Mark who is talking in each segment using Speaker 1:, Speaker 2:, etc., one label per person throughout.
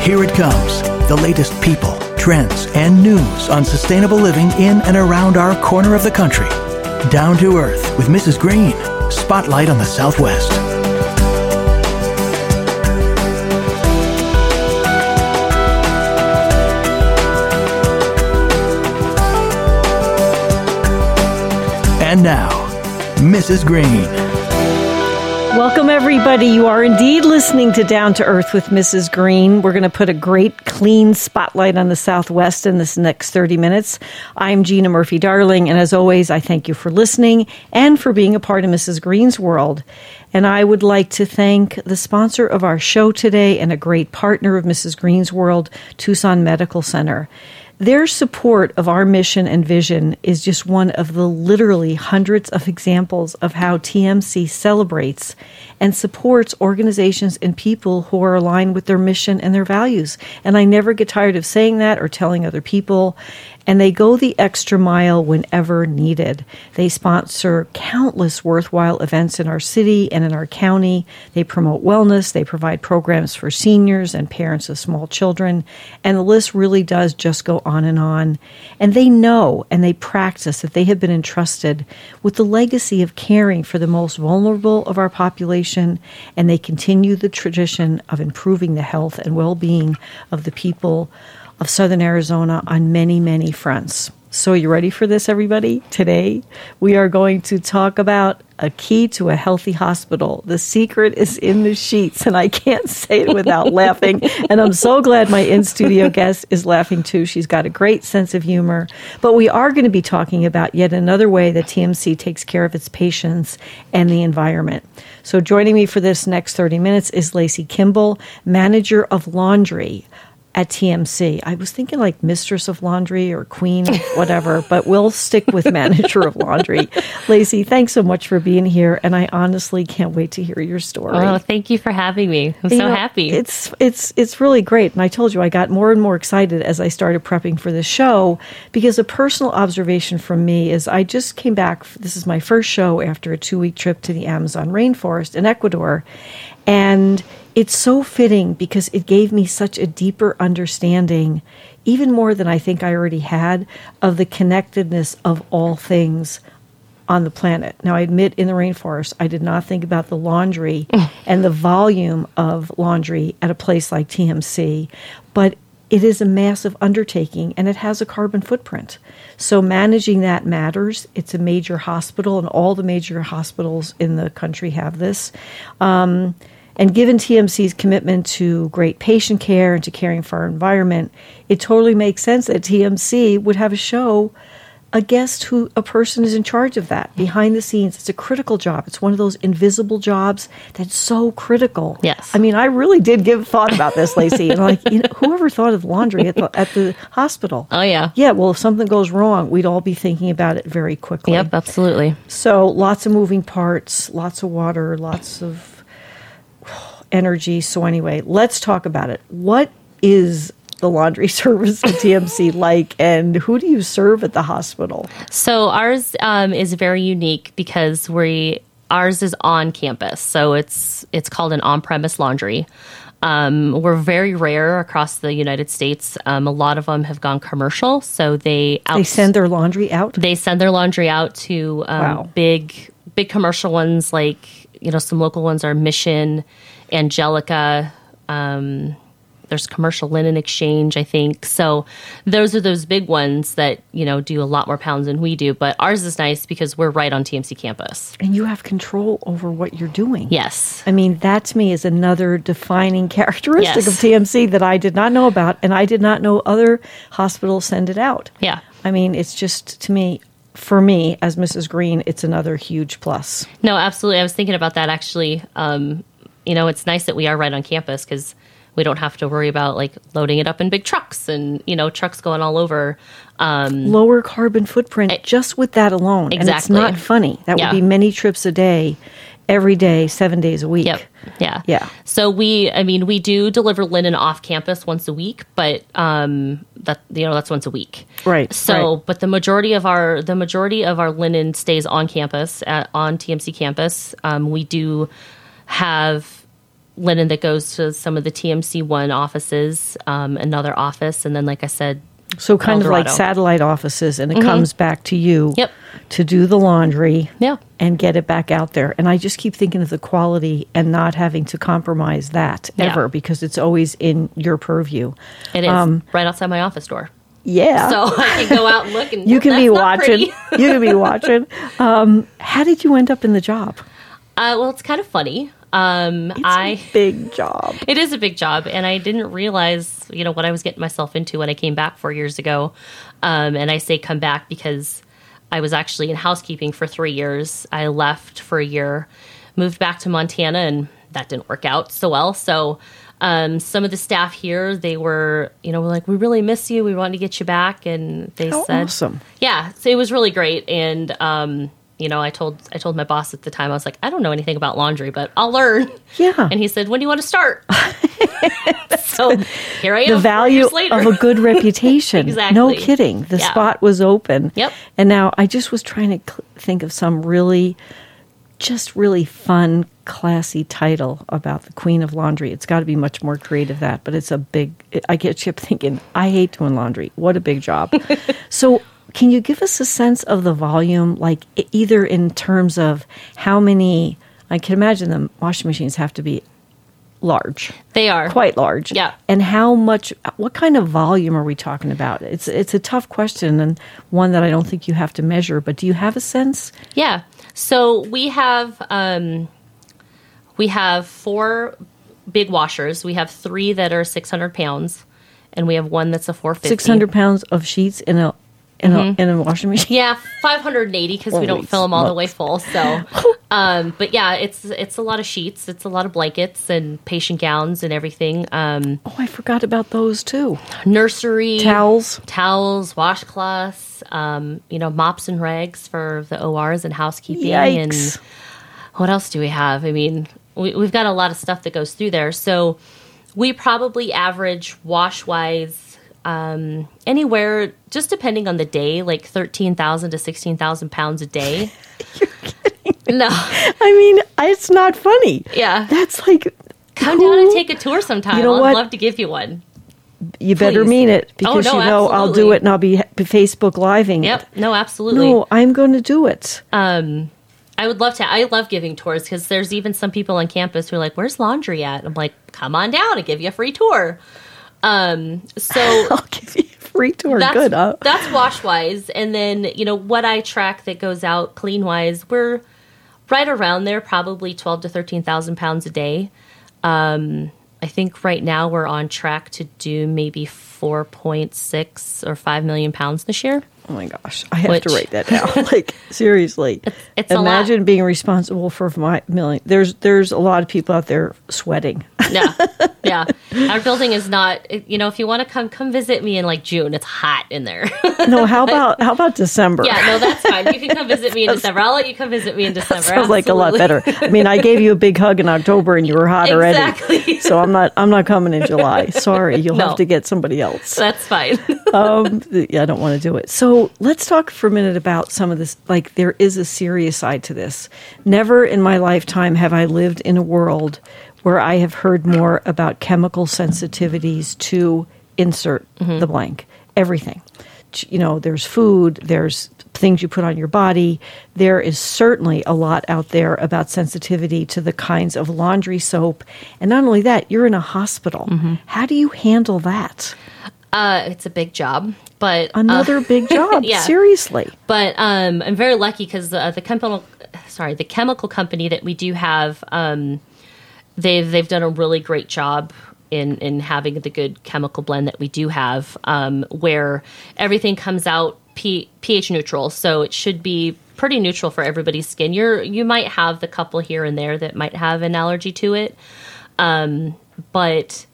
Speaker 1: Here it comes the latest people, trends, and news on sustainable living in and around our corner of the country. Down to Earth with Mrs. Green. Spotlight on the Southwest. And now, Mrs. Green.
Speaker 2: Welcome, everybody. You are indeed listening to Down to Earth with Mrs. Green. We're going to put a great, clean spotlight on the Southwest in this next 30 minutes. I'm Gina Murphy Darling, and as always, I thank you for listening and for being a part of Mrs. Green's world. And I would like to thank the sponsor of our show today and a great partner of Mrs. Green's world, Tucson Medical Center. Their support of our mission and vision is just one of the literally hundreds of examples of how TMC celebrates and supports organizations and people who are aligned with their mission and their values. And I never get tired of saying that or telling other people. And they go the extra mile whenever needed. They sponsor countless worthwhile events in our city and in our county. They promote wellness. They provide programs for seniors and parents of small children. And the list really does just go on and on. And they know and they practice that they have been entrusted with the legacy of caring for the most vulnerable of our population. And they continue the tradition of improving the health and well being of the people of Southern Arizona on many, many fronts. So, you ready for this, everybody? Today, we are going to talk about a key to a healthy hospital. The secret is in the sheets, and I can't say it without laughing. And I'm so glad my in studio guest is laughing too. She's got a great sense of humor. But we are going to be talking about yet another way that TMC takes care of its patients and the environment. So, joining me for this next 30 minutes is Lacey Kimball, manager of laundry at TMC. I was thinking like mistress of laundry or queen, of whatever, but we'll stick with manager of laundry. Lacey, thanks so much for being here. And I honestly can't wait to hear your story.
Speaker 3: Oh, thank you for having me. I'm
Speaker 2: You
Speaker 3: so
Speaker 2: know,
Speaker 3: happy.
Speaker 2: It's it's it's really great. And I told you I got more and more excited as I started prepping for the show because a personal observation from me is I just came back this is my first show after a 2-week trip to the Amazon rainforest in Ecuador and it's so fitting because it gave me such a deeper understanding even more than I think I already had of the connectedness of all things on the planet. Now, I admit in the rainforest, I did not think about the laundry and the volume of laundry at a place like TMC, but it is a massive undertaking and it has a carbon footprint. So, managing that matters. It's a major hospital, and all the major hospitals in the country have this. Um, and given TMC's commitment to great patient care and to caring for our environment, it totally makes sense that TMC would have a show a guest who a person is in charge of that behind the scenes it's a critical job it's one of those invisible jobs that's so critical
Speaker 3: Yes.
Speaker 2: i mean i really did give thought about this lacey and like you know, whoever thought of laundry at the, at the hospital
Speaker 3: Oh, yeah.
Speaker 2: yeah well if something goes wrong we'd all be thinking about it very quickly
Speaker 3: Yep, absolutely.
Speaker 2: so lots of moving parts, lots of water, lots of energy. So anyway, let's talk about it. What is the laundry service at TMC like, and who do you serve at the hospital?
Speaker 3: So ours um, is very unique because we ours is on campus, so it's it's called an on-premise laundry. Um, we're very rare across the United States. Um, a lot of them have gone commercial, so they out-
Speaker 2: They send their laundry out.
Speaker 3: they send their laundry out to um,
Speaker 2: Wow.
Speaker 3: big big commercial ones like you know some local ones are Mission, Angelica. Um, there's Commercial Linen Exchange, I think. So those are those big ones that you know do a lot more pounds than we do. But ours is nice because we're right on TMC campus.
Speaker 2: And you have control over what you're doing.
Speaker 3: Yes.
Speaker 2: I mean, that to me is another defining characteristic
Speaker 3: Yes.
Speaker 2: of TMC that I did not know about, and I did not know other hospitals send it out.
Speaker 3: Yeah.
Speaker 2: I mean, it's just to me, for me as Mrs. Green, it's another huge plus.
Speaker 3: No, absolutely. I was thinking about that actually. Um, you know, it's nice that we are right on campus because we don't have to worry about like loading it up in big trucks and you know trucks going all over.
Speaker 2: Lower carbon footprint just with that alone. And it's
Speaker 3: Exactly.
Speaker 2: not funny. That
Speaker 3: Yeah.
Speaker 2: would be many trips a day, every day, seven days a week.
Speaker 3: Yep. Yeah.
Speaker 2: Yeah.
Speaker 3: So we, I mean, we do deliver linen off campus once a week, but um, that you know that's once a week.
Speaker 2: Right,
Speaker 3: So,
Speaker 2: right.
Speaker 3: but the majority of our the majority of our linen stays on campus at, on TMC campus. Um, we do have linen that goes to some of the TMC one offices, um, another office, and then like I said,
Speaker 2: So kind of like
Speaker 3: Eldorado. Mm-hmm.
Speaker 2: satellite offices, and it comes back to you
Speaker 3: Yep.
Speaker 2: to do the laundry
Speaker 3: Yeah.
Speaker 2: and get it back out there. And I just keep thinking of the quality and not having to compromise that
Speaker 3: Yeah.
Speaker 2: ever because it's always in your purview.
Speaker 3: it is
Speaker 2: Um,
Speaker 3: right outside my office door.
Speaker 2: Yeah.
Speaker 3: So I can go out and look and
Speaker 2: you can
Speaker 3: "That's
Speaker 2: be
Speaker 3: not
Speaker 2: watching.
Speaker 3: pretty."
Speaker 2: you can be watching. Um, how did you end up in the job?
Speaker 3: Uh, well, it's kind of funny. Um,
Speaker 2: It's
Speaker 3: I
Speaker 2: a big job.
Speaker 3: it is a big job and i didn't realize you know what i was getting myself into when i came back four years ago um, and i say come back because i was actually in housekeeping for three years i left for a year moved back to montana and that didn't work out so well so um, some of the staff here they were you know were like we really miss you we want to get you back and they
Speaker 2: How
Speaker 3: said
Speaker 2: awesome.
Speaker 3: yeah so it was really great and um, you know i told i told my boss at the time i was like i don't know anything about laundry but i'll learn
Speaker 2: Yeah.
Speaker 3: and he said, "When do you want to start?" so here I am.
Speaker 2: the
Speaker 3: four
Speaker 2: value
Speaker 3: years later.
Speaker 2: of a good reputation. No
Speaker 3: Exactly.
Speaker 2: kidding. The
Speaker 3: Yeah.
Speaker 2: spot was open.
Speaker 3: Yep.
Speaker 2: And now I just was trying to cl- think of some really, just really fun, classy title about the Queen of Laundry. It's got to be much more creative that, but it's a big. I get Chip thinking. I hate doing laundry. What a big job. so. Can you give us a sense of the volume, like e- either in terms of how many? I can imagine the washing machines have to be large
Speaker 3: they are
Speaker 2: quite large.
Speaker 3: Yeah.
Speaker 2: And how much? What kind of volume are we talking about? It's it's a tough question and one that I don't think you have to measure. But do you have a sense?
Speaker 3: Yeah. So we have um, we have four big washers. We have three that are six hundred pounds, and we have one that's a four fifty.
Speaker 2: Six hundred pounds of sheets in a in, a in a washing machine.
Speaker 3: Mm-hmm. Yeah, five hundred and eighty because we don't
Speaker 2: Holy
Speaker 3: fill them all the
Speaker 2: smokes.
Speaker 3: way full. So, um, but yeah, it's it's a lot of sheets, it's a lot of blankets and patient gowns and everything. Um,
Speaker 2: Oh, I forgot about those too.
Speaker 3: nursery
Speaker 2: Towels.
Speaker 3: towels, washcloths, um, you know, mops and rags for the ORs and housekeeping.
Speaker 2: Yikes!
Speaker 3: And what else do we have? I mean, we, we've got a lot of stuff that goes through there. So we probably average wash wise um, anywhere, just depending on the day, like 13,000 to 16,000 pounds a day. No,
Speaker 2: I mean, I- it's not funny.
Speaker 3: Yeah.
Speaker 2: That's like.
Speaker 3: come
Speaker 2: who-
Speaker 3: down and take a tour sometime.
Speaker 2: You know
Speaker 3: I'd
Speaker 2: what?
Speaker 3: love to give you one.
Speaker 2: You better
Speaker 3: please.
Speaker 2: mean it
Speaker 3: Oh,
Speaker 2: because
Speaker 3: no,
Speaker 2: you know I'll do
Speaker 3: absolutely.
Speaker 2: it and I'll be ha- Facebook living.
Speaker 3: Yep.
Speaker 2: It.
Speaker 3: No, absolutely. Uh.
Speaker 2: No, I'm going to do it.
Speaker 3: I would love to. I love giving tours because there's even some people on campus who are like, "Where's laundry at?" I'm like, "Come on down and give you a free tour." Um, so
Speaker 2: I'll give you a free tour.
Speaker 3: that's
Speaker 2: Good. I'll-
Speaker 3: that's wash wise, and then you know what I track that goes out clean wise. We're right around there, probably twelve to thirteen thousand pounds a day. Um, I think right now we're on track to do maybe four point six or five million pounds this year.
Speaker 2: Oh my gosh, I have to
Speaker 3: Which-
Speaker 2: write that down. like seriously,
Speaker 3: it's a lot.
Speaker 2: imagine being responsible for my million. There's there's a lot of people out there sweating.
Speaker 3: yeah yeah our building is not it- you know if you want to come come visit me in like june it's hot in there
Speaker 2: no, how about how about December?
Speaker 3: yeah no that's fine you can come visit me in december i'll let you come visit me in december
Speaker 2: Sounds like a lot better. I mean, I gave you a big hug in October and you were hot already.
Speaker 3: Exactly.
Speaker 2: So I'm not I'm not coming in July. Sorry, you'll
Speaker 3: No.
Speaker 2: have to get somebody else.
Speaker 3: that's fine
Speaker 2: um, th- yeah, I don't want to do it. So let's talk for a minute about some of this. Like, there is a serious side to this. Never in my lifetime have I lived in a world where I have heard more about chemical sensitivities to insert the blank, everything. Ch- You know, there's food, there's things you put on your body. There is certainly a lot out there about sensitivity to the kinds of laundry soap. And not only that, you're in a hospital. How do you handle that?
Speaker 3: uh it's a big job but uh,
Speaker 2: another big job.
Speaker 3: yeah.
Speaker 2: Seriously.
Speaker 3: but um i'm very lucky because uh, the chemical sorry the chemical company that we do have um they've they've done a really great job in in having the good chemical blend that we do have, um, where everything comes out P, pH neutral. So it should be pretty neutral for everybody's skin. You're you might have the couple here and there that might have an allergy to it, um, but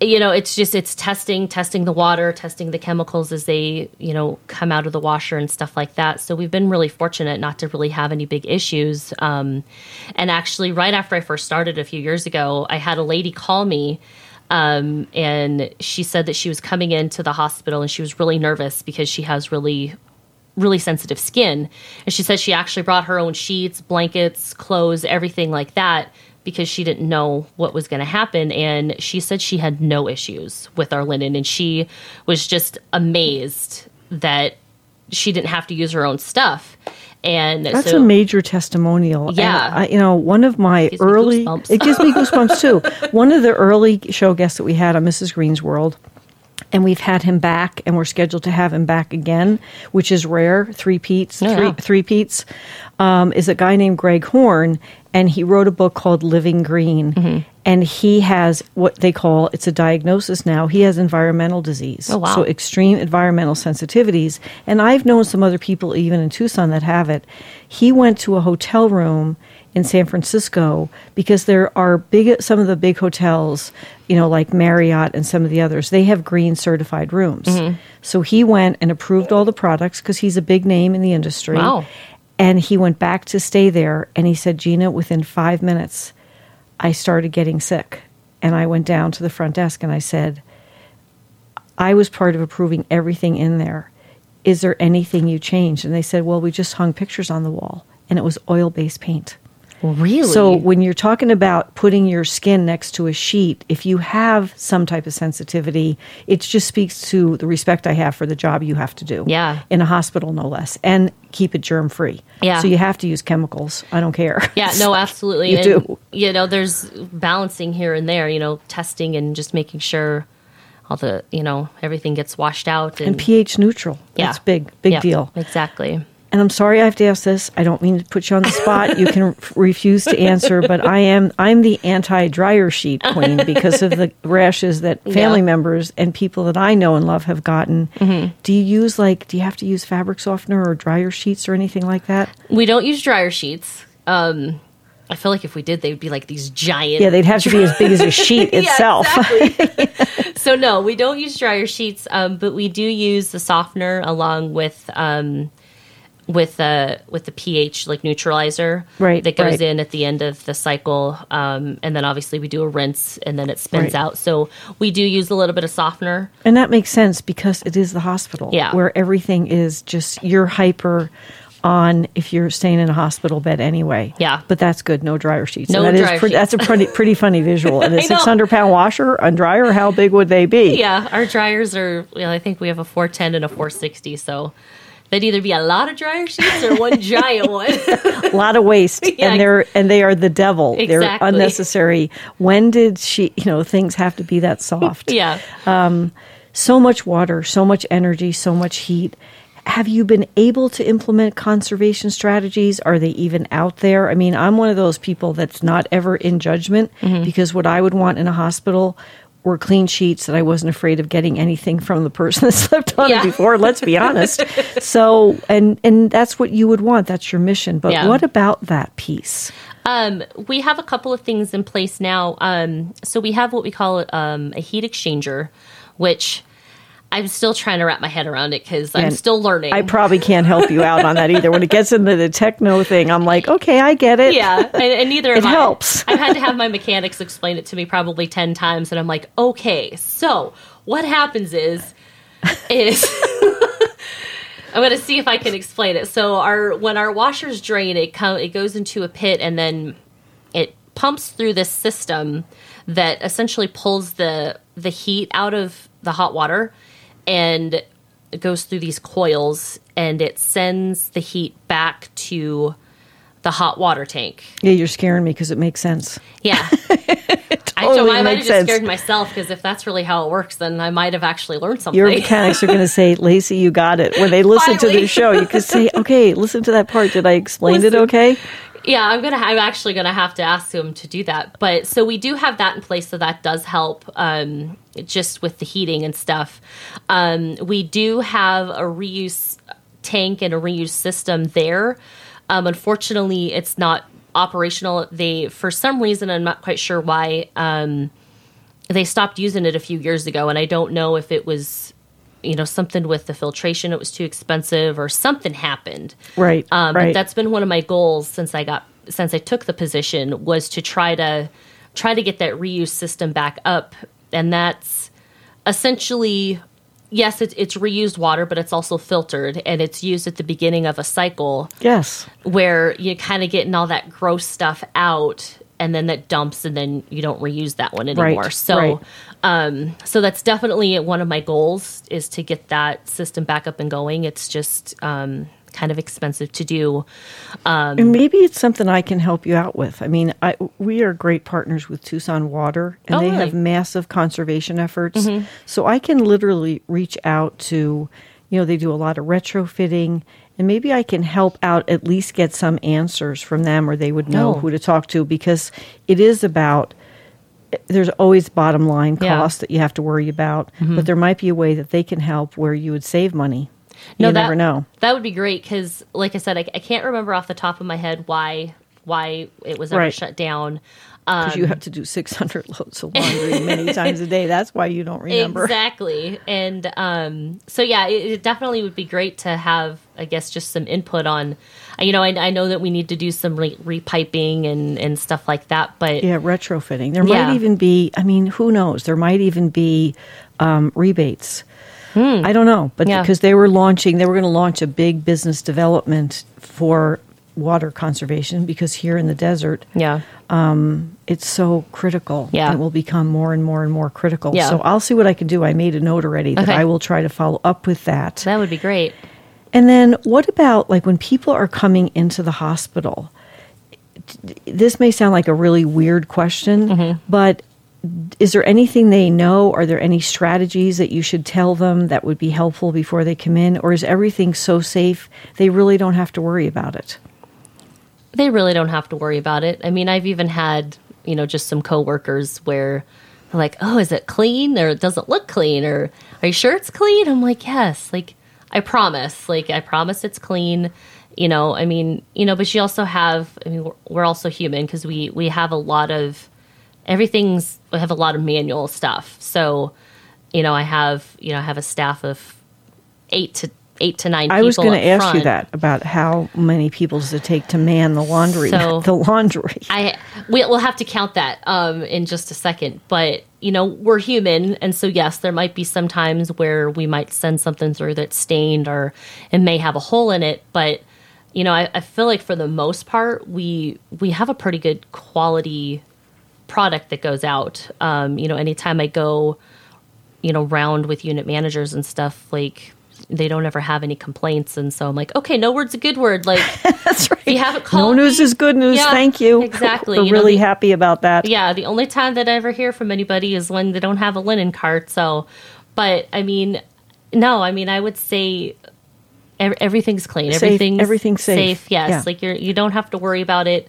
Speaker 3: you know it's just it's testing testing the water testing the chemicals as they you know come out of the washer and stuff like that so we've been really fortunate not to really have any big issues um, and actually right after i first started a few years ago i had a lady call me um, and she said that she was coming into the hospital and she was really nervous because she has really really sensitive skin. And she said she actually brought her own sheets, blankets, clothes, everything like that because she didn't know what was going to happen. And she said she had no issues with our linen. And she was just amazed that she didn't have to use her own stuff. And
Speaker 2: That's
Speaker 3: so,
Speaker 2: a major testimonial. And
Speaker 3: Yeah.
Speaker 2: I, you know, one of my
Speaker 3: Gives me
Speaker 2: early,
Speaker 3: goosebumps.
Speaker 2: it gives me goosebumps too. One of the early show guests that we had on Mrs. Green's World, and we've had him back, and we're scheduled to have him back again, which is rare. Three Pete's,
Speaker 3: Yeah.
Speaker 2: three, three Pete's, um, is a guy named Greg Horn, and he wrote a book called Living Green.
Speaker 3: Mm-hmm.
Speaker 2: And he has what they call it's a diagnosis now. He has environmental disease.
Speaker 3: Oh, wow.
Speaker 2: So extreme environmental sensitivities. And I've known some other people, even in Tucson, that have it. He went to a hotel room in San Francisco because there are big, some of the big hotels, you know, like Marriott and some of the others, they have green certified rooms.
Speaker 3: Mm-hmm.
Speaker 2: So he went and approved all the products because he's a big name in the industry.
Speaker 3: Wow.
Speaker 2: And he went back to stay there and he said, Gina, within five minutes, I started getting sick. And I went down to the front desk and I said, I was part of approving everything in there. Is there anything you changed? And they said, Well, we just hung pictures on the wall and it was oil based paint.
Speaker 3: really?
Speaker 2: So when you're talking about putting your skin next to a sheet, if you have some type of sensitivity, it just speaks to the respect I have for the job you have to do.
Speaker 3: Yeah.
Speaker 2: In a hospital, no less, and keep it germ free.
Speaker 3: Yeah.
Speaker 2: So you have to use chemicals. I don't care.
Speaker 3: Yeah, no, absolutely.
Speaker 2: You
Speaker 3: and,
Speaker 2: do.
Speaker 3: You know, there's balancing here and there. You know, testing and just making sure all the you know everything gets washed out and,
Speaker 2: And pH neutral.
Speaker 3: yeah,
Speaker 2: That's big, big
Speaker 3: Yeah,
Speaker 2: deal.
Speaker 3: Exactly.
Speaker 2: and I'm sorry I have to ask this. I don't mean to put you on the spot. You can r- refuse to answer, but I am I'm the anti-dryer sheet queen because of the rashes that family
Speaker 3: Yeah.
Speaker 2: members and people that I know and love have gotten.
Speaker 3: Mm-hmm.
Speaker 2: Do you use like do you have to use fabric softener or dryer sheets or anything like that?
Speaker 3: We don't use dryer sheets. Um, I feel like if we did, they'd be like these giant.
Speaker 2: Yeah, they'd have to be as big as a sheet
Speaker 3: Yeah,
Speaker 2: itself.
Speaker 3: exactly. so no, we don't use dryer sheets, um, but we do use the softener along with um, with uh, with the pH like neutralizer
Speaker 2: Right,
Speaker 3: that goes
Speaker 2: right.
Speaker 3: in at the end of the cycle, um, and then obviously we do a rinse and then it
Speaker 2: Right.
Speaker 3: spins out. So we do use a little bit of softener.
Speaker 2: And that makes sense because it is the hospital
Speaker 3: Yeah.
Speaker 2: where everything is just you're hyper on if you're staying in a hospital bed anyway.
Speaker 3: Yeah.
Speaker 2: But that's good. No dryer sheets.
Speaker 3: No
Speaker 2: And that is
Speaker 3: dryer
Speaker 2: pre- That's a pretty pretty funny visual. And a
Speaker 3: know.
Speaker 2: 600 pound washer and dryer, how big would they be?
Speaker 3: Yeah, our dryers are. Well, I think we have a 410 and a 460, so. They'd either be a lot of dryer sheets or one giant one.
Speaker 2: A lot of waste.
Speaker 3: Yeah.
Speaker 2: And they're and they are the devil. They're
Speaker 3: Exactly.
Speaker 2: unnecessary. When did she you know, things have to be that soft?
Speaker 3: yeah.
Speaker 2: so much water, so much energy, so much heat. Have you been able to implement conservation strategies? Are they even out there? I mean, I'm one of those people that's not ever in judgment
Speaker 3: Mm-hmm.
Speaker 2: because what I would want in a hospital were clean sheets that I wasn't afraid of getting anything from the person that slept on it
Speaker 3: Yeah.
Speaker 2: before, let's be honest. So, and and that's what you would want. That's your mission. But
Speaker 3: Yeah.
Speaker 2: what about that piece?
Speaker 3: Um, we have a couple of things in place now. Um, so we have what we call um, a heat exchanger, which I'm still trying to wrap my head around it because I'm
Speaker 2: And
Speaker 3: still learning.
Speaker 2: I probably can't help you out on that either. When it gets into the techno thing, I'm like, okay, I get it.
Speaker 3: yeah, and, and neither
Speaker 2: It
Speaker 3: of
Speaker 2: helps.
Speaker 3: I've had to have my mechanics explain it to me probably ten times, and I'm like, okay, so what happens is, is I'm going to see if I can explain it. So our when our washers drain, it co- it goes into a pit, and then it pumps through this system that essentially pulls the the heat out of the hot water and it goes through these coils and it sends the heat back to the hot water tank.
Speaker 2: Yeah, you're scaring me because it makes sense.
Speaker 3: Yeah. I,
Speaker 2: totally
Speaker 3: so I might have
Speaker 2: makes
Speaker 3: just
Speaker 2: sense.
Speaker 3: scared myself because if that's really how it works, then I might have actually learned something.
Speaker 2: Your mechanics are going to say, Lacey, you got it. When they listen to
Speaker 3: Finally.
Speaker 2: this show, you could say, okay, listen to that part. Did I explain it
Speaker 3: Listen.
Speaker 2: okay?
Speaker 3: yeah i'm gonna i'm actually gonna have to ask him to do that but so we do have that in place so that does help um just with the heating and stuff um we do have a reuse tank and a reuse system there um unfortunately it's not operational they for some reason i'm not quite sure why um they stopped using it a few years ago and i don't know if it was you know something with the filtration it was too expensive or something happened
Speaker 2: Right.
Speaker 3: um,
Speaker 2: right.
Speaker 3: but that's been one of my goals since I got since I took the position was to try to try to get that reuse system back up, and that's essentially yes, it's it's reused water, but it's also filtered and it's used at the beginning of a cycle
Speaker 2: yes.
Speaker 3: where you're kind of getting all that gross stuff out and then that dumps and then you don't reuse that one
Speaker 2: Right,
Speaker 3: anymore. so
Speaker 2: right.
Speaker 3: um so that's definitely one of my goals is to get that system back up and going. It's just um kind of expensive to do. Mm-hmm.
Speaker 2: And maybe it's something I can help you out with. I mean, I, we are great partners with Tucson Water, and
Speaker 3: Oh,
Speaker 2: they
Speaker 3: really? Mm-hmm.
Speaker 2: have massive conservation efforts. So I can literally reach out to, you know, they do a lot of retrofitting, and maybe I can help out at least get some answers from them, or they would know
Speaker 3: Oh.
Speaker 2: who to talk to because it is about. There's always bottom line
Speaker 3: Yeah. Mm-hmm.
Speaker 2: costs that you have to worry about, but there might be a way that they can help where you would save money. you
Speaker 3: that,
Speaker 2: never know.
Speaker 3: That would be great because, like I said, I, I can't remember off the top of my head why why it was ever
Speaker 2: Right.
Speaker 3: shut down.
Speaker 2: because you have to do 600 loads of laundry many times a day. That's why you don't remember.
Speaker 3: Exactly. And um, so, yeah, it, it definitely would be great to have, I guess, just some input on, you know, I, I know that we need to do some re- repiping and, and stuff like that, but
Speaker 2: Yeah, retrofitting. There
Speaker 3: Yeah.
Speaker 2: might even be, I mean, who knows? There might even be um, rebates. I don't know, but
Speaker 3: Hmm. Yeah.
Speaker 2: because they were launching, they were going to launch a big business development for water conservation because here in the desert,
Speaker 3: yeah.
Speaker 2: it's so critical.
Speaker 3: Yeah.
Speaker 2: It will become more and more and more critical.
Speaker 3: Yeah.
Speaker 2: So I'll see what I can do. I made a note already that
Speaker 3: Okay.
Speaker 2: I will try to follow up with that.
Speaker 3: That would be great.
Speaker 2: And then what about like when people are coming into the hospital? This may sound like a really weird question,
Speaker 3: Mm-hmm.
Speaker 2: but is there anything they know? Are there any strategies that you should tell them that would be helpful before they come in? Or is everything so safe they really don't have to worry about it?
Speaker 3: they really don't have to worry about it. I mean, I've even had, you know, just some coworkers where they're like, "Oh, is it clean or it doesn't look clean or are you sure it's clean?" I'm like, "Yes, like I promise. Like I promise it's clean." You know, I mean, you know, but you also have I mean, we're, we're also human because we we have a lot of everything's we have a lot of manual stuff. So, you know, I have, you know, I have a staff of 8 to 8 to 9 people
Speaker 2: I was going
Speaker 3: up
Speaker 2: to ask you
Speaker 3: front.
Speaker 2: that about how many people does it take to man the laundry?
Speaker 3: So-
Speaker 2: the laundry.
Speaker 3: I we, we'll have to count that um, in just a second, but you know we're human, and so yes, there might be some times where we might send something through that's stained or it may have a hole in it, but you know I, I feel like for the most part we we have a pretty good quality product that goes out. Um, you know, anytime I go, you know, round with unit managers and stuff, like they don't ever have any complaints, and so I'm like, okay, no word's a good word, like.
Speaker 2: That's right.
Speaker 3: If you haven't
Speaker 2: No
Speaker 3: called
Speaker 2: news
Speaker 3: me-
Speaker 2: is good news.
Speaker 3: Yeah,
Speaker 2: Thank you.
Speaker 3: exactly.
Speaker 2: We're
Speaker 3: You know,
Speaker 2: really
Speaker 3: the-
Speaker 2: happy about that.
Speaker 3: yeah, the only time that I ever hear from anybody is when they don't have a linen cart. So, but I mean, no, I mean, I would say ev- everything's clean.
Speaker 2: Safe,
Speaker 3: Everything's
Speaker 2: everything's safe.
Speaker 3: Yes,
Speaker 2: Yeah.
Speaker 3: like you're you don't have to worry about it.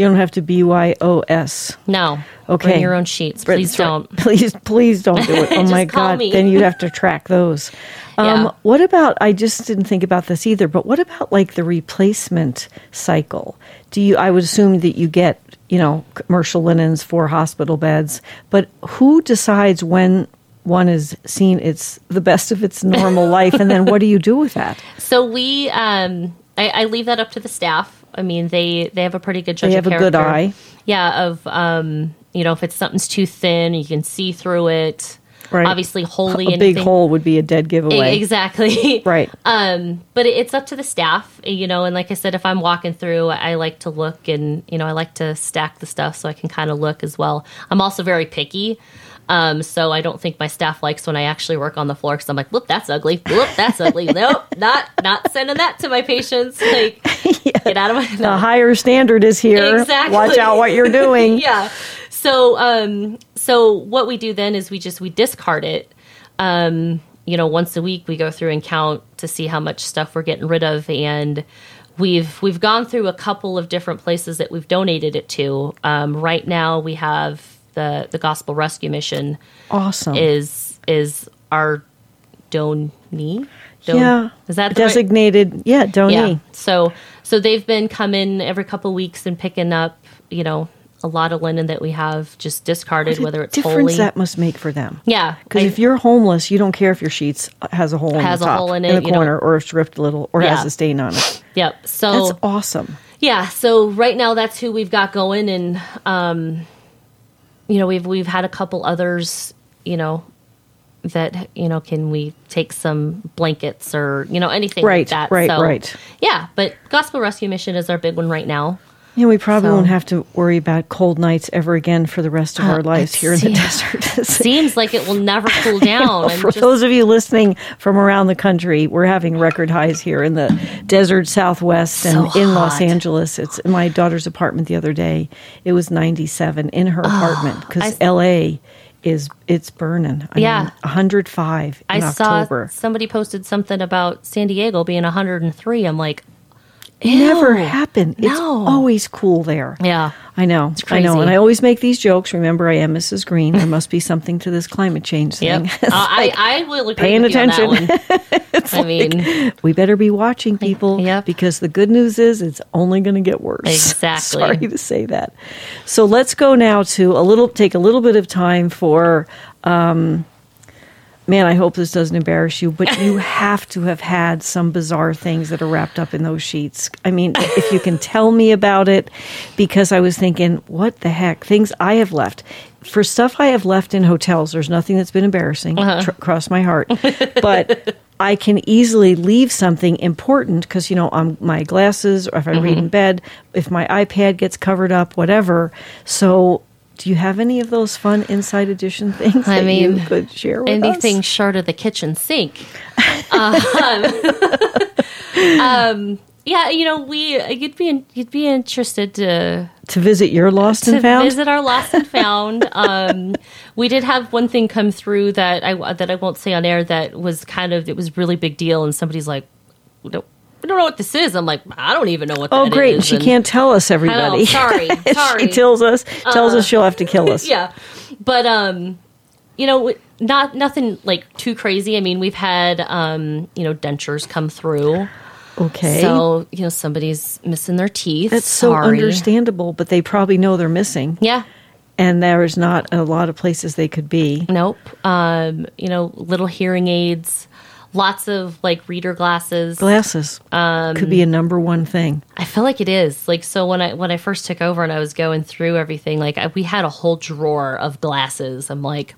Speaker 2: You don't have to BYOS.
Speaker 3: No.
Speaker 2: Okay.
Speaker 3: Bring your own sheets,
Speaker 2: But
Speaker 3: please
Speaker 2: it's right.
Speaker 3: don't.
Speaker 2: Please, please don't do it. Oh my
Speaker 3: Just call
Speaker 2: God.
Speaker 3: me.
Speaker 2: Then you'd have to track those. Um,
Speaker 3: Yeah.
Speaker 2: What about, I just didn't think about this either, but what about like the replacement cycle? Do you, I would assume that you get, you know, commercial linens for hospital beds, but who decides when one is seen its the best of its normal life? And then what do you do with that?
Speaker 3: So we, um, I, I leave that up to the staff. I mean, they they have a pretty good judge.
Speaker 2: They
Speaker 3: of
Speaker 2: have a good
Speaker 3: character.
Speaker 2: eye.
Speaker 3: Yeah. Of um, you know, if it's something's too thin, you can see through it.
Speaker 2: Right.
Speaker 3: Obviously, wholly
Speaker 2: A big
Speaker 3: anything-
Speaker 2: hole would be a dead
Speaker 3: E-
Speaker 2: giveaway.
Speaker 3: Exactly.
Speaker 2: Right.
Speaker 3: Um, but it- it's up to the staff, you know. And like I said, if I'm walking through, I I like to look and you know I like to stack the stuff so I can kind of look as well. I'm also very picky, um, so I don't think my staff likes when I actually work on the floor because I'm like, whoop, that's ugly. Whoop, that's ugly. nope, not not sending that to my patients. Like, get out of my.
Speaker 2: The higher standard is here.
Speaker 3: Exactly.
Speaker 2: Watch out what you're doing.
Speaker 3: yeah. So um so what we do then is we just we discard it. Um you know, once a week we go through and count to see how much stuff we're getting rid of and we've we've gone through a couple of different places that we've donated it to. Um right now we have the the Gospel Rescue Mission
Speaker 2: Awesome.
Speaker 3: is is our donee. Don-
Speaker 2: yeah.
Speaker 3: Is that the right-
Speaker 2: designated? Yeah, donee.
Speaker 3: yeah. So so they've been coming every couple weeks and picking up, you know, a lot of linen that we have just discarded,
Speaker 2: The
Speaker 3: whether it's
Speaker 2: difference
Speaker 3: wholly.
Speaker 2: that must make for them.
Speaker 3: yeah,
Speaker 2: Because
Speaker 3: I-
Speaker 2: if you're homeless, you don't care if your sheets has a hole in
Speaker 3: Has
Speaker 2: the
Speaker 3: a
Speaker 2: top,
Speaker 3: hole in
Speaker 2: in
Speaker 3: it,
Speaker 2: the
Speaker 3: you don't-
Speaker 2: corner, or if it's ripped a little, or has
Speaker 3: Yeah.
Speaker 2: a stain on it.
Speaker 3: yep. So
Speaker 2: That's awesome.
Speaker 3: yeah, so right now that's who we've got going, and um, you know we've we've had a couple others, you know, that you know can we take some blankets or you know anything
Speaker 2: Right,
Speaker 3: like that.
Speaker 2: right,
Speaker 3: so,
Speaker 2: right.
Speaker 3: Yeah, but Gospel Rescue Mission is our big one right now.
Speaker 2: Yeah, we probably
Speaker 3: So- Uh,
Speaker 2: won't have to worry about cold nights ever again for the rest of our lives here in the desert.
Speaker 3: Seems like it will never cool down. I'm
Speaker 2: Oh, for
Speaker 3: just-
Speaker 2: those of you listening from around the country, we're having record highs here in the desert southwest and
Speaker 3: So
Speaker 2: in Los
Speaker 3: hot.
Speaker 2: Angeles. It's in my daughter's apartment the other day. It was 97 in her apartment because
Speaker 3: I-
Speaker 2: LA is it's burning. I
Speaker 3: Yeah.
Speaker 2: mean, 105
Speaker 3: I
Speaker 2: in October.
Speaker 3: saw somebody posted something about San Diego being 103. I'm like,
Speaker 2: never
Speaker 3: Ew.
Speaker 2: happened. It's
Speaker 3: No.
Speaker 2: always cool there.
Speaker 3: Yeah.
Speaker 2: I know. I know.
Speaker 3: crazy.
Speaker 2: And I always make these jokes. Remember, I am Mrs. Green. There must be something to this climate change
Speaker 3: Yep.
Speaker 2: thing.
Speaker 3: Uh, I, I will agree
Speaker 2: paying
Speaker 3: with you
Speaker 2: attention.
Speaker 3: on that one. I mean,
Speaker 2: we better be watching people
Speaker 3: Yep.
Speaker 2: because the good news is it's only going to get worse.
Speaker 3: Exactly.
Speaker 2: Sorry to say that. So let's go now to a little, take a little bit of time for, um, man, I hope this doesn't embarrass you, but you have to have had some bizarre things that are wrapped up in those sheets. I mean, if you can tell me about it, because I was thinking, what the heck? Things I have left. For stuff I have left in hotels, there's nothing that's been embarrassing.
Speaker 3: Uh-huh.
Speaker 2: Tr- cross my heart. But I can easily leave something important because you know um, my glasses, or if I
Speaker 3: Mm-hmm.
Speaker 2: read in bed, if my iPad gets covered up, whatever. So, do you have any of those fun inside edition things
Speaker 3: I
Speaker 2: that you
Speaker 3: mean,
Speaker 2: could share with us?
Speaker 3: anything short of the kitchen sink. um, um, yeah, you know, we you'd be in, you'd be interested to
Speaker 2: to visit your lost
Speaker 3: to
Speaker 2: and found.
Speaker 3: visit our lost and found. um, we did have one thing come through that I that I won't say on air that was kind of it was really big deal, and somebody's like, we don't, we don't know what this is. I'm like, I don't even know what.
Speaker 2: oh,
Speaker 3: that
Speaker 2: great!
Speaker 3: is,"
Speaker 2: she
Speaker 3: and-
Speaker 2: can't tell us everybody.
Speaker 3: I know, sorry,
Speaker 2: If
Speaker 3: sorry. Uh,
Speaker 2: she tells us tells us she'll have to kill us.
Speaker 3: yeah but um you know not nothing like too crazy i mean we've had um you know dentures come through
Speaker 2: Okay.
Speaker 3: so you know somebody's missing their teeth
Speaker 2: that's so
Speaker 3: Sorry.
Speaker 2: understandable, but they probably know they're missing,
Speaker 3: yeah
Speaker 2: and there is not a lot of places they could be.
Speaker 3: nope um you know little hearing aids lots of like reader glasses
Speaker 2: Glasses
Speaker 3: Um,
Speaker 2: could be a number one thing.
Speaker 3: i feel like it is like so when i when i first took over and i was going through everything like I, we had a whole drawer of glasses i'm like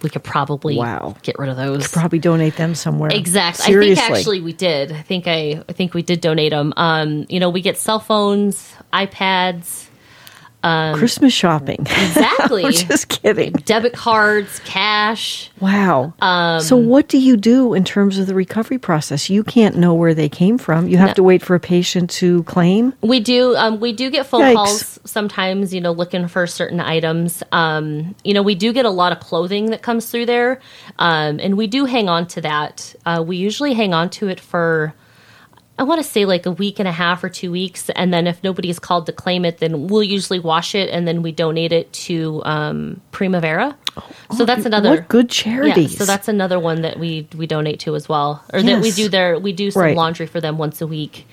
Speaker 3: we could probably
Speaker 2: Wow.
Speaker 3: get rid of those
Speaker 2: probably donate them somewhere.
Speaker 3: Exactly.
Speaker 2: Seriously.
Speaker 3: I think actually we did. I think I, I think we did donate them. Um, you know, we get cell phones, iPads,
Speaker 2: Christmas shopping.
Speaker 3: exactly.
Speaker 2: We're just kidding.
Speaker 3: debit cards, cash.
Speaker 2: Wow.
Speaker 3: Um,
Speaker 2: so what do you do in terms of the recovery process? You can't know where they came from. You have to wait for a patient to claim.
Speaker 3: We do um, we do get phone
Speaker 2: Yikes.
Speaker 3: calls sometimes, you know, looking for certain items. Um, you know, we do get a lot of clothing that comes through there. Um, and we do hang on to that. Uh, we usually hang on to it for I want to say like a week and a half or two weeks, and then if nobody is called to claim it, then we'll usually wash it and then we donate it to um, Primavera. So that's another
Speaker 2: Oh, What good
Speaker 3: yeah,
Speaker 2: charities?
Speaker 3: so that's another one that we we donate to as well, or that we
Speaker 2: Yes.
Speaker 3: do their we do some
Speaker 2: Right.
Speaker 3: laundry for them once a week.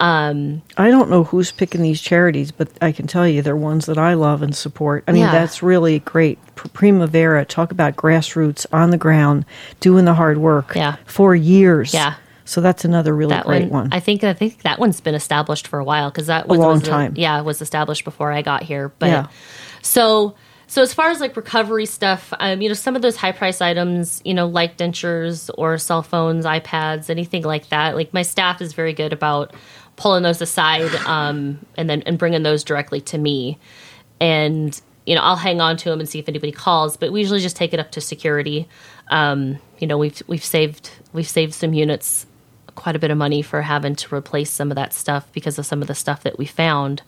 Speaker 2: I don't know who's picking these charities, but I can tell you they're ones that I love and support. I mean,
Speaker 3: Yeah.
Speaker 2: that's really great. Pr- Primavera, talk about grassroots on the ground, doing the hard work
Speaker 3: Yeah.
Speaker 2: for years.
Speaker 3: Yeah.
Speaker 2: So that's another really
Speaker 3: that
Speaker 2: great one.
Speaker 3: I think I think that one's been established for a while because that was,
Speaker 2: long
Speaker 3: was
Speaker 2: time.
Speaker 3: yeah, was established before I got here. But
Speaker 2: Yeah.
Speaker 3: so so as far as like recovery stuff, um, you know, some of those high price items, you know, like dentures or cell phones, iPads, anything like that. Like my staff is very good about pulling those aside um, and then and bringing those directly to me, and you know I'll hang on to them and see if anybody calls. But we usually just take it up to security. Um, you know, we've we've saved we've saved some units quite a bit of money for having to replace some of that stuff because of some of the stuff that we found.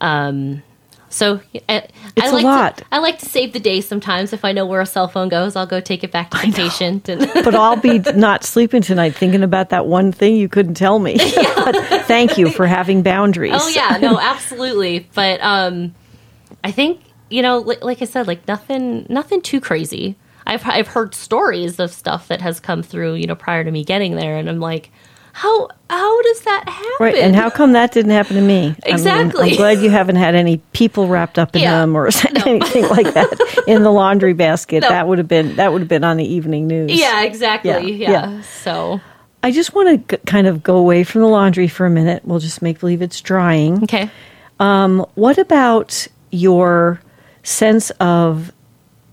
Speaker 3: Um, so I,
Speaker 2: It's
Speaker 3: I
Speaker 2: a
Speaker 3: like
Speaker 2: lot.
Speaker 3: To, I like to save the day sometimes. If I know where a cell phone goes, I'll go take it back to the patient. And
Speaker 2: but I'll be not sleeping tonight thinking about that one thing you couldn't tell me. but thank you for having boundaries.
Speaker 3: oh yeah, no, absolutely. But um, I think you know, like, like I said, like nothing, nothing too crazy. I've I've heard stories of stuff that has come through, you know, prior to me getting there, and I'm like, how how does that happen?
Speaker 2: Right, and how come that didn't happen to me? I mean,
Speaker 3: Exactly.
Speaker 2: I'm glad you haven't had any people wrapped up in
Speaker 3: Yeah.
Speaker 2: them or anything like that in the laundry basket.
Speaker 3: No.
Speaker 2: That would have been that would have been on the evening news.
Speaker 3: Yeah, exactly.
Speaker 2: Yeah,
Speaker 3: yeah.
Speaker 2: yeah.
Speaker 3: So
Speaker 2: I just want to g- kind of go away from the laundry for a minute. We'll just make believe it's drying.
Speaker 3: okay.
Speaker 2: What about your sense of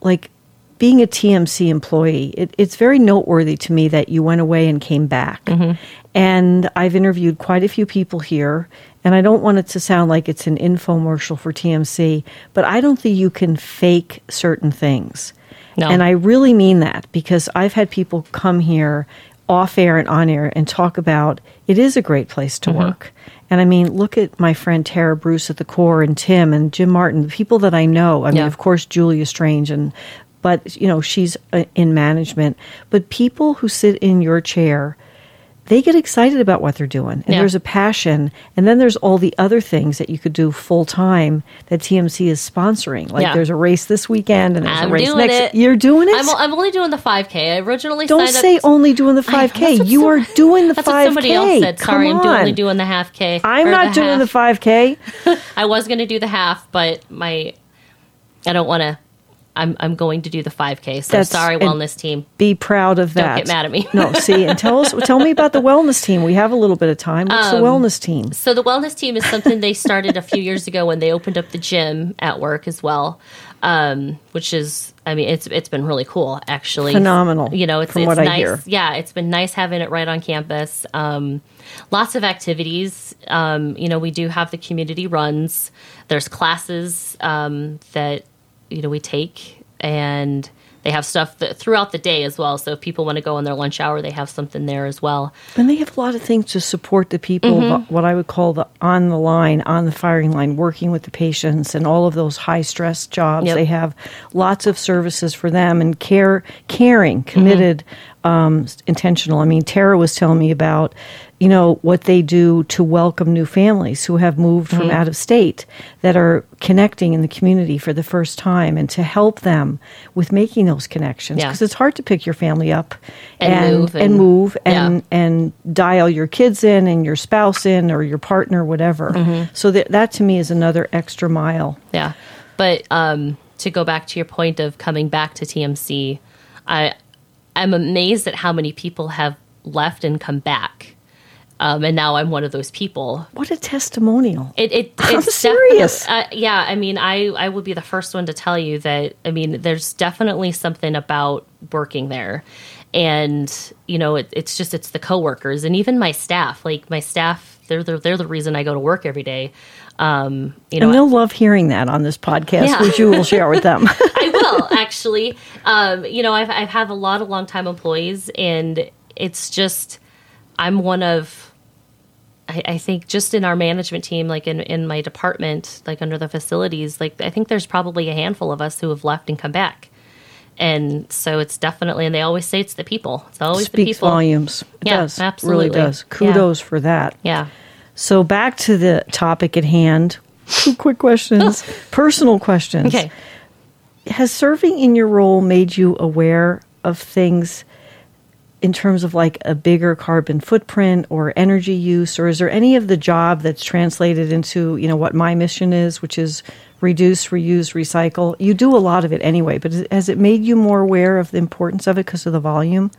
Speaker 2: like being a TMC employee, it, it's very noteworthy to me that you went away and came back. And I've interviewed quite a few people here, and I don't want it to sound like it's an infomercial for TMC, but I don't think you can fake certain things.
Speaker 3: No.
Speaker 2: And I really mean that because I've had people come here off air and on air and talk about it is a great place
Speaker 3: Mm-hmm.
Speaker 2: to work. And I mean, look at my friend Tara Bruce at the core and Tim and Jim Martin, the people that I know. I mean,
Speaker 3: Yeah.
Speaker 2: of course, Julia Strange and but you know, she's uh, in management, but people who sit in your chair they get excited about what they're doing and
Speaker 3: Yeah.
Speaker 2: there's a passion and then there's all the other things that you could do full time that TMC is sponsoring like
Speaker 3: Yeah.
Speaker 2: there's a race this weekend and there's
Speaker 3: I'm
Speaker 2: a race
Speaker 3: doing
Speaker 2: next
Speaker 3: it.
Speaker 2: you're doing it
Speaker 3: I'm, I'm only doing the 5K. I originally
Speaker 2: don't
Speaker 3: signed
Speaker 2: say
Speaker 3: up.
Speaker 2: only doing the
Speaker 3: I know, that's
Speaker 2: 5k
Speaker 3: what
Speaker 2: you
Speaker 3: some-
Speaker 2: are doing the
Speaker 3: that's
Speaker 2: 5k
Speaker 3: what somebody else said.
Speaker 2: Come
Speaker 3: Sorry, I'm do- only
Speaker 2: on.
Speaker 3: doing the half K.
Speaker 2: I'm not doing the 5k
Speaker 3: I was going to do the half, but my I don't want to. I'm I'm going to do the 5K. So
Speaker 2: That's-
Speaker 3: sorry,
Speaker 2: and-
Speaker 3: wellness team.
Speaker 2: be proud of that
Speaker 3: get mad at me.
Speaker 2: no see and tell us tell me about the wellness team we have a little bit of time what's the
Speaker 3: Um,
Speaker 2: wellness team
Speaker 3: So the wellness team is something they started a few years ago when they opened up the gym at work as well, um, which is I mean it's it's been really cool actually.
Speaker 2: Phenomenal,
Speaker 3: You know, it's,
Speaker 2: from
Speaker 3: it's
Speaker 2: what I
Speaker 3: nice.
Speaker 2: hear.
Speaker 3: Yeah, it's been nice having it right on campus. Um, lots of activities. Um, you know, we do have the community runs. There's classes um, that you know we take and. They have stuff that, throughout the day as well. So if people want to go on their lunch hour, they have something there as well.
Speaker 2: And they have a lot of things to support the people,
Speaker 3: Mm-hmm.
Speaker 2: wh- what I would call the on the line, on the firing line, working with the patients and all of those high stress jobs.
Speaker 3: Yep.
Speaker 2: They have lots of services for them and care, caring,
Speaker 3: Mm-hmm.
Speaker 2: committed, um, s- intentional. I mean, Tara was telling me about, you know, what they do to welcome new families who have moved
Speaker 3: Mm-hmm.
Speaker 2: from out of state that are connecting in the community for the first time and to help them with making those connections.
Speaker 3: Yeah.
Speaker 2: Because it's hard to pick your family up
Speaker 3: And move
Speaker 2: and
Speaker 3: and-
Speaker 2: move
Speaker 3: yeah.
Speaker 2: and and dial your kids in and your spouse in or your partner whatever
Speaker 3: Mm-hmm.
Speaker 2: so that that to me is another extra mile
Speaker 3: Yeah. But um, to go back to your point of coming back to TMC, I I'm amazed at how many people have left and come back. Um, and now I'm one of those people.
Speaker 2: what a testimonial
Speaker 3: It, it, it's
Speaker 2: I'm
Speaker 3: definite-
Speaker 2: serious.
Speaker 3: uh, yeah, I mean, I, I would be the first one to tell you that, I mean, there's definitely something about working there. And, you know, it, it's just, it's the coworkers and even my staff. Like, my staff, they're, they're, they're the reason I go to work every day. Um, you know,
Speaker 2: and they'll love hearing that on this podcast
Speaker 3: Yeah.
Speaker 2: which you will share with them
Speaker 3: I will actually. Um, you know, I've, I've have a lot of longtime employees, and it's just I'm one of. I, I think just in our management team, like in in my department, like under the facilities, like I think there's probably a handful of us who have left and come back, and so it's definitely. And they always say it's the people. It's always the
Speaker 2: speaks
Speaker 3: people.
Speaker 2: volumes it
Speaker 3: Yeah,
Speaker 2: does
Speaker 3: absolutely.
Speaker 2: really does
Speaker 3: Yeah.
Speaker 2: kudos for that
Speaker 3: Yeah.
Speaker 2: so back to the topic at hand two quick questions personal questions
Speaker 3: Okay.
Speaker 2: has serving in your role made you aware of things in terms of like a bigger carbon footprint or energy use or is there any of the job that's translated into you know what my mission is which is reduce reuse recycle you do a lot of it anyway but is- has it made you more aware of the importance of it because of the volume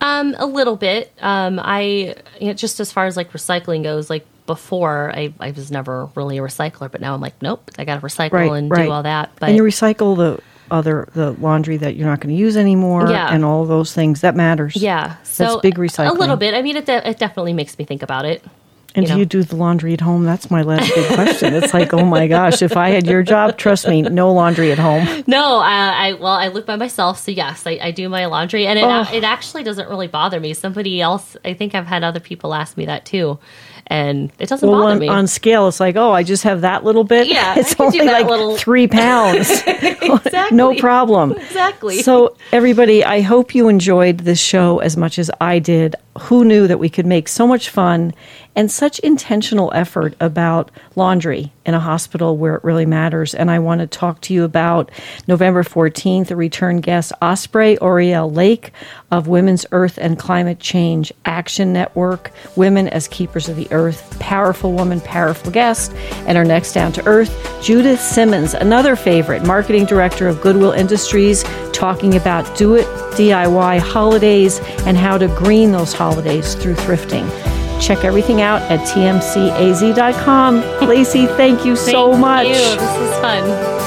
Speaker 3: Um, a little bit. Um, I you know, just as far as like recycling goes, like before I, I was never really a recycler, but now I'm like, nope, I got to recycle
Speaker 2: right
Speaker 3: and
Speaker 2: right
Speaker 3: do all that. But
Speaker 2: and you recycle the other the laundry that you're not going to use anymore
Speaker 3: Yeah.
Speaker 2: and all those things that matters
Speaker 3: yeah, so
Speaker 2: that's big
Speaker 3: A
Speaker 2: recycling
Speaker 3: little bit. I mean, it, de- it definitely makes me think about it.
Speaker 2: And
Speaker 3: you
Speaker 2: do
Speaker 3: know?
Speaker 2: you do the laundry at home? That's my last big question. It's like, oh my gosh, if I had your job, trust me, no laundry at home.
Speaker 3: No, uh, I, I well, I live by myself, so yes, I, I do my laundry, and it, it actually doesn't really bother me. Somebody else, I think I've had other people ask me that too, and it doesn't
Speaker 2: Well,
Speaker 3: bother
Speaker 2: on,
Speaker 3: me.
Speaker 2: on scale, it's like, oh, I just have that little bit.
Speaker 3: Yeah, I
Speaker 2: it's
Speaker 3: could do
Speaker 2: only
Speaker 3: that
Speaker 2: like
Speaker 3: little-
Speaker 2: three pounds.
Speaker 3: exactly.
Speaker 2: no problem.
Speaker 3: Exactly.
Speaker 2: So, everybody, I hope you enjoyed this show as much as I did. Who knew that we could make so much fun and such intentional effort about laundry in a hospital where it really matters? And I want to talk to you about November 14th, a return guest, Osprey Oriel Lake of Women's Earth and Climate Change Action Network, Women as Keepers of the Earth. Powerful woman, powerful guest. And our next down to earth, Judith Simmons, another favorite, marketing director of Goodwill Industries, talking about do it DIY holidays and how to green those holidays through thrifting. Check everything out at tmcaz.com. Lacey, thank you so
Speaker 3: Thank
Speaker 2: much.
Speaker 3: you. This is fun.